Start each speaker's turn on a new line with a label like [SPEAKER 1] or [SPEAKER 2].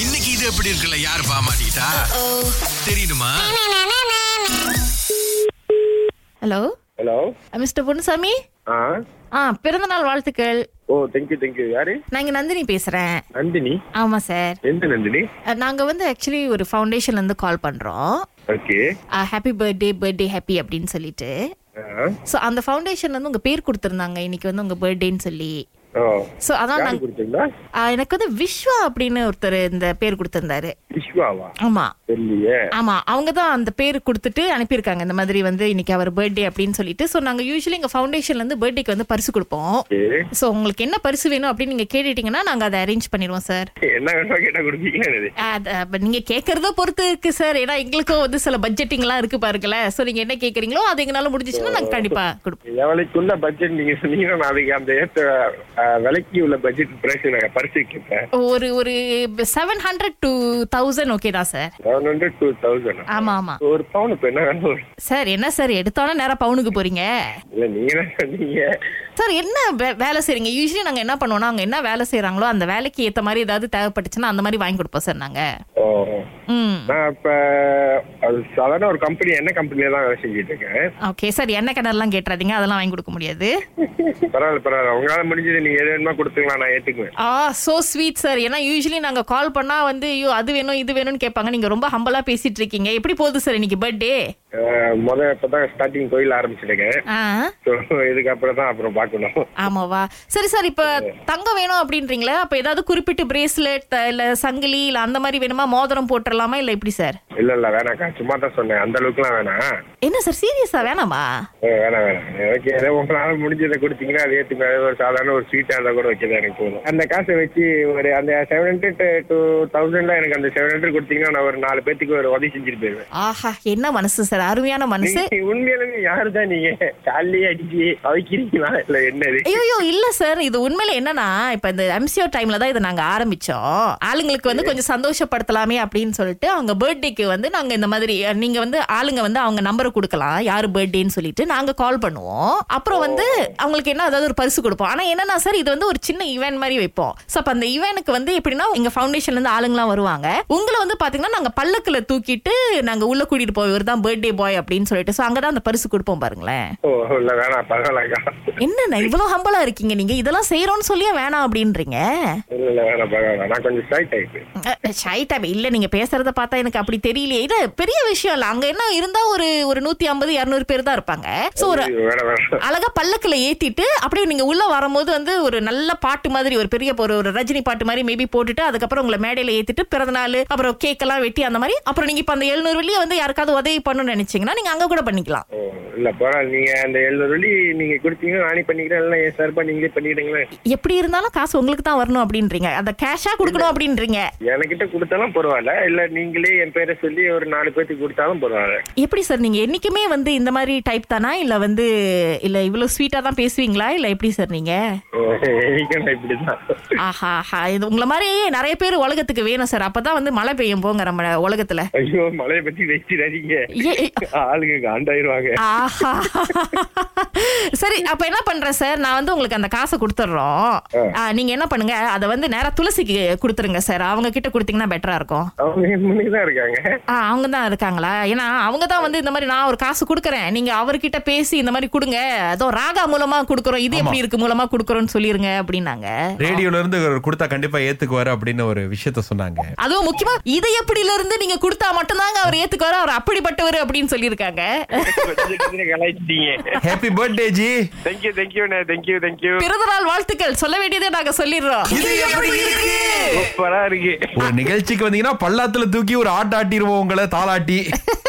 [SPEAKER 1] இன்னைக்கு இது எப்படி இருக்குல்ல யார் பாமாட்டா தெரியுமா
[SPEAKER 2] ஹலோ
[SPEAKER 3] ஹலோ
[SPEAKER 2] மிஸ்டர் பொன்னுசாமி
[SPEAKER 3] ஆ
[SPEAKER 2] ஆ பிறந்தநாள் வாழ்த்துக்கள்
[SPEAKER 3] ஓ தேங்க்யூ தேங்க்யூ யாரு
[SPEAKER 2] நாங்க நந்தினி பேசுறேன்
[SPEAKER 3] நந்தினி
[SPEAKER 2] ஆமா சார்
[SPEAKER 3] எந்த நந்தினி
[SPEAKER 2] அஹ், நாங்க வந்து ஆக்சுவலி ஒரு ஃபவுண்டேஷன்ல இருந்து கால் பண்றோம்
[SPEAKER 3] okay
[SPEAKER 2] happy birthday birthday happy அப்படின்னு சொல்லிட்டு
[SPEAKER 3] ஆ
[SPEAKER 2] ஸோ அந்த ஃபவுண்டேஷன்ல இருந்து உங்க பேர் கொடுத்துருந்தாங்க இன்னைக்கு வந்து உங்க பர்த்டேன்னு சொல்லி
[SPEAKER 3] ஓ
[SPEAKER 2] ஸோ அதான்
[SPEAKER 3] யாரு
[SPEAKER 2] நாங்க
[SPEAKER 3] கொடுத்தீங்களா
[SPEAKER 2] அஹ், எனக்கு வந்து விஸ்வா அப்படின்னு ஒருத்தர் இந்த பேர் கொடுத்திருந்தாரு
[SPEAKER 3] விஸ்வாவா
[SPEAKER 2] ஆமா
[SPEAKER 3] தெரியலையே
[SPEAKER 2] ஆமா அவங்க தான் அந்த பேர் கொடுத்துட்டு அனுப்பியிருக்காங்க இந்த மாதிரி வந்து இன்னைக்கு அவர் பர்த்டே அப்படின்னு சொல்லிட்டு ஸோ நாங்க யூஸ்வலி எங்க ஃபவுண்டேஷன்ல இருந்து பர்த்டேக்கு வந்து பரிசு கொடுப்போம்
[SPEAKER 3] ஓகே
[SPEAKER 2] ஸோ உங்களுக்கு என்ன பரிசு வேணும் அப்படின்னு நீங்க கேட்டுட்டீங்கன்னா நாங்க அதை அரேஞ்ச் பண்ணிடுவோம் சார்
[SPEAKER 3] என்ன வேணுமா கேட்டா கொடுப்பீங்களா என்னது
[SPEAKER 2] அஹ் அப்ப நீங்க கேட்கறத பொறுத்து இருக்கு சார் ஏன்னா எங்களுக்கும் வந்து சில பட்ஜெட்டிங்லாம் இருக்கு பாருங்களேன் ஸோ நீங்க என்ன கேட்கறீங்களோ அது எங்களால முடிஞ்சிச்சுன்னா நாங்க கண்டிப்பா கொடுப்போம்
[SPEAKER 3] எவ்வளைக்குள்ள பட்ஜெட் நீங்க சொன்னீங்கன்னா நான் அதுக்கு அந்த ஏத்த ஆ, விலைக்கு உள்ள பட்ஜெட் பிரைஸ் நான் பரிசு கேட்பேன்
[SPEAKER 2] ஒரு ஒரு seven hundred to thousand okay தான் sir
[SPEAKER 3] seven hundred to thousand
[SPEAKER 2] ஆமா ஆமா
[SPEAKER 3] ஒரு பவுன் இப்ப என்ன வேணும் ஒரு-
[SPEAKER 2] சார் என்ன சார் எடுத்தோன்னே நேரா பவுனுக்கு போறீங்க
[SPEAKER 3] இல்ல நீங்க தான் சொன்னீங்க
[SPEAKER 2] சார் என்ன வே- வேலை செய்றீங்க யூஸ்வலி நாங்க என்ன பண்ணுவோம்னா அவங்க என்ன வேலை செய்றாங்களோ அந்த வேலைக்கு ஏத்த மாதிரி ஏதாவது தேவைப்பட்டுச்சுன்னா அந்த மாதிரி வாங்கி கொடுப்போம் சார் நாங்க
[SPEAKER 3] ஓ
[SPEAKER 2] ம்
[SPEAKER 3] நான் இப்ப அது சாதாரண ஒரு கம்பெனி என்ன கம்பெனில தான் வேலை செஞ்சுட்டு இருக்கேன்
[SPEAKER 2] ஓகே சார் எண்ணெய் கடர்லாம் கேட்டுறாதீங்க அதெல்லாம் வாங்கி கொடுக்க முடியாது
[SPEAKER 3] பரவாயில்ல பரவாயில்ல உங்களால முடிஞ்சது நீங்க எது வேணுமா கொடுத்துக்கலாம் நான் ஏத்துக்குவேன்
[SPEAKER 2] ஆ சோ ஸ்வீட் சார் ஏன்னா யூஸ்வலி நாங்க கால் பண்ணா வந்து ஐயோ அது வேணும் இது வேணும்னு கேட்பாங்க நீங்க ரொம்ப ஹம்பலா பேசிட்டு இருக்கீங்க எப்படி போகுது சார் இன்னைக்கு பர்த்டே
[SPEAKER 3] அஹ், முத இப்பதான் ஸ்டார்டிங் கோயில் ஆரம்பிச்சிருக்கேன்
[SPEAKER 2] ஆ
[SPEAKER 3] ஸோ இதுக்கப்புறம் தான் அப்புறம் பார்க்கணும்
[SPEAKER 2] ஆமாவா சரி சார் இப்ப தங்கம் வேணும் அப்படின்றீங்களே அப்ப ஏதாவது குறிப்பிட்டு பிரேஸ்லெட் இல்ல சங்கிலி இல்ல அந்த மாதிரி வேணுமா மோதிரம் போட்டுடலாமா இல்ல எப்படி சார்
[SPEAKER 3] இல்ல இல்ல வேணாக்கா சும்மா தான் சொன்னேன் அந்த அளவுக்குலாம் வேணாம்
[SPEAKER 2] என்ன சார் சீரியஸா வேணாமா
[SPEAKER 3] அஹ், வேணாம் வேணாம் ஓகே ஏதோ உங்களால முடிஞ்சதை கொடுத்தீங்கன்னா அது ஏத்துங்க அது ஒரு சாதாரண ஒரு ஸ்வீட்டா இருந்தா கூட வைக்கிறது எனக்கு போதும் அந்த காசை வச்சு ஒரு அந்த செவன் ஹண்ட்ரட் டூ தௌசண்ட்ல எனக்கு அந்த செவன் ஹண்ட்ரட் கொடுத்தீங்கன்னா நான் ஒரு நாலு பேத்துக்கு ஒரு உதவி செஞ்சுட்டு போயிருவேன்
[SPEAKER 2] ஆஹா என்ன மனசு சார் அருமையான மனசு
[SPEAKER 3] நீங்க உண்மையிலுமே யாருதான் நீங்க காலையே அடிச்சு அவைக்கிறீங்களா இல்ல என்னது
[SPEAKER 2] ஐயோ இல்ல சார் இது உண்மையில என்னன்னா இப்ப இந்த எம்சிஓ டைம்ல தான் இதை நாங்க ஆரம்பிச்சோம் ஆளுங்களுக்கு வந்து கொஞ்சம் சந்தோஷப்படுத்தலாமே அப்படின்னு சொல்லிட்டு அவங்க பர்த்டேக்கு வந்து நாங்க இந்த மாதிரி அஹ், நீங்க வந்து ஆளுங்க வந்து அவங்க நம்பரை கொடுக்கலாம் யாரு பர்த்டேன்னு சொல்லிட்டு நாங்க கால் பண்ணுவோம் அப்புறம் வந்து அவங்களுக்கு என்ன அதாவது ஒரு பரிசு கொடுப்போம் ஆனா என்னன்னா சார் இது வந்து ஒரு சின்ன ஈவென்ட் மாதிரி வைப்போம் சோ அப்ப அந்த ஈவெண்ட்க்கு வந்து எப்படின்னா எங்க ஃபவுண்டேஷன்ல இருந்து ஆளுங்கலாம் வருவாங்க உங்களை வந்து பாத்தீங்கன்னா நாங்க பல்லக்குல தூக்கிட்டு நாங்க உள்ள கூட்டிட்டு போய் இவர் தான் பர்த்டே பாய் அப்படின்னு சொல்லிட்டு சோ அங்கதான் அந்த பரிசு கொடுப்போம் பாருங்களேன்
[SPEAKER 3] ஓ இல்ல வேணாம் பரவாயில்லக்கா
[SPEAKER 2] என்னண்ணா இவ்வளவு ஹம்பலா இருக்கீங்க நீங்க இதெல்லாம் செய்யறோம்னு சொல்லியே வேணாம் அப்படின்றீங்க
[SPEAKER 3] இல்ல இல்ல வேணாம் பரவாயில்ல நான் கொஞ்சம் ஸ்ட்ரைட் ஆயிட்டு
[SPEAKER 2] ஷைட்டா இல்ல நீங்க பேசுறத பார்த்தா எனக்கு அப்படி தெரியலையே இது பெரிய விஷயம் இல்ல அங்க என்ன இருந்தா ஒரு ஒரு நூத்தி ஐம்பது இருநூறு பேர் தான் இருப்பாங்க சோ ஒரு
[SPEAKER 3] ஐயோ, வேணாம் வேணாம்
[SPEAKER 2] அழகா பல்லக்குல ஏத்திட்டு அப்படியே நீங்க உள்ள வரும்போது வந்து ஒரு நல்ல பாட்டு மாதிரி ஒரு பெரிய ஒரு ஒரு ரஜினி பாட்டு மாதிரி மேபி போட்டுட்டு அதுக்கப்புறம் உங்களை மேடையில ஏத்திட்டு பிறந்த நாள் அப்புறம் கேக் எல்லாம் வெட்டி அந்த மாதிரி அப்புறம் நீங்க இப்ப அந்த எழுநூறு வெளியே வந்து யாருக்காவது உதவி பண்ணணும்னு நினைச்சீங்கன்னா நீங்க அங்க கூட பண்ணிக்கலாம்
[SPEAKER 3] ஓ, இல்ல பரவாயில்ல நீங்க அந்த எழுநூறு வெள்ளி நீங்க கொடுத்தீங்கன்னா நானே பண்ணிக்கிறேன் இல்ல என் சார்பா நீங்களே பண்ணிக்கிறீங்களேன்
[SPEAKER 2] எப்படி இருந்தாலும் காசு உங்களுக்கு தான் வரணும் அப்படின்றீங்க அந்த கேஷா கொடுக்கணும் அப்படின்றீங்க
[SPEAKER 3] எனக்கிட்ட கொடுத்தாலும் பரவாயில்ல இல்ல நீங்களே என் பேரை சொல்லி ஒரு நாலு பேத்துக்கு கொடுத்தாலும் பரவாயில்ல
[SPEAKER 2] எப்படி சார் நீங்க என்னைக்குமே வந்து இந்த மாதிரி டைப் தானா இல்ல வந்து இல்ல இவ்வளவு ஸ்வீட்டா தான் பேசுவீங்களா இல்ல எப்படி சார் நீங்க
[SPEAKER 3] ஓ, எனக்கு நான் இப்படிதான்
[SPEAKER 2] ஆஹா ஆஹா இது உங்களை மாதிரி நிறைய பேர் உலகத்துக்கு வேணும் சார் அப்பதான் வந்து மழை பெய்யும் போங்க நம்ம உலகத்துல
[SPEAKER 3] ஐயோ மழையை பத்தி வச்சிடாதீங்க
[SPEAKER 2] ஏ- ஏ-
[SPEAKER 3] ஆளுங்க காண்டாயிருவாங்க
[SPEAKER 2] ஆஹா சரி அப்ப என்ன பண்றேன் சார் நான் வந்து உங்களுக்கு அந்த காசை கொடுத்துட்றோம் ஆ, நீங்க என்ன பண்ணுங்க அதை வந்து நேரா துளசிக்கு கொடுத்துருங்க சார் அவங்க கிட்ட கொடுத்தீங்கன்னா பெட்டரா இருக்கும்
[SPEAKER 3] அவங்க என் முன்னாடி தான் இருக்காங்க
[SPEAKER 2] ஆ அவங்க தான் இருக்காங்களா ஏன்னா அவங்க தான் வந்து இந்த மாதிரி நான் ஒரு காசு கொடுக்குறேன் நீங்க அவர்கிட்ட பேசி இந்த மாதிரி கொடுங்க அதோ ராகா மூலமா கொடுக்குறோம் இது எப்படி இருக்கு மூலமா கொடுக்குறோம்னு சொல்லிருங்க அப்படின்னாங்க
[SPEAKER 4] ரேடியோல இருந்து இவர் கொடுத்தா கண்டிப்பா ஏத்துக்குவாரு அப்படின்னு ஒரு விஷயத்த சொன்னாங்க
[SPEAKER 2] அதுவும் முக்கியமா இதை எப்படில இருந்து நீங்க கொடுத்தா மட்டும்தாங்க அவர் ஏத்துக்குவாரு அவர் அப்படிப்பட்டவர் அப்படின்னு சொல்லியிருக்காங்க
[SPEAKER 3] கொஞ்சம் கொஞ்சம் கலாய்ச்சிட்டீங்க
[SPEAKER 4] happy birthday ji
[SPEAKER 3] thank you thank you thank you thank you
[SPEAKER 2] பிறந்தநாள் வாழ்த்துக்கள் சொல்ல வேண்டியதை நாங்க சொல்லிடுறோம்
[SPEAKER 4] இது எப்படி இருக்கு
[SPEAKER 3] சூப்பரா இருக்கு
[SPEAKER 4] ஒரு நிகழ்ச்சிக்கு வந்தீங்கன்னா பல்லாத்துல தூக்கி ஒரு ஆட்ட ஆட்டிடுவோம் உங்களை தாளாட்டி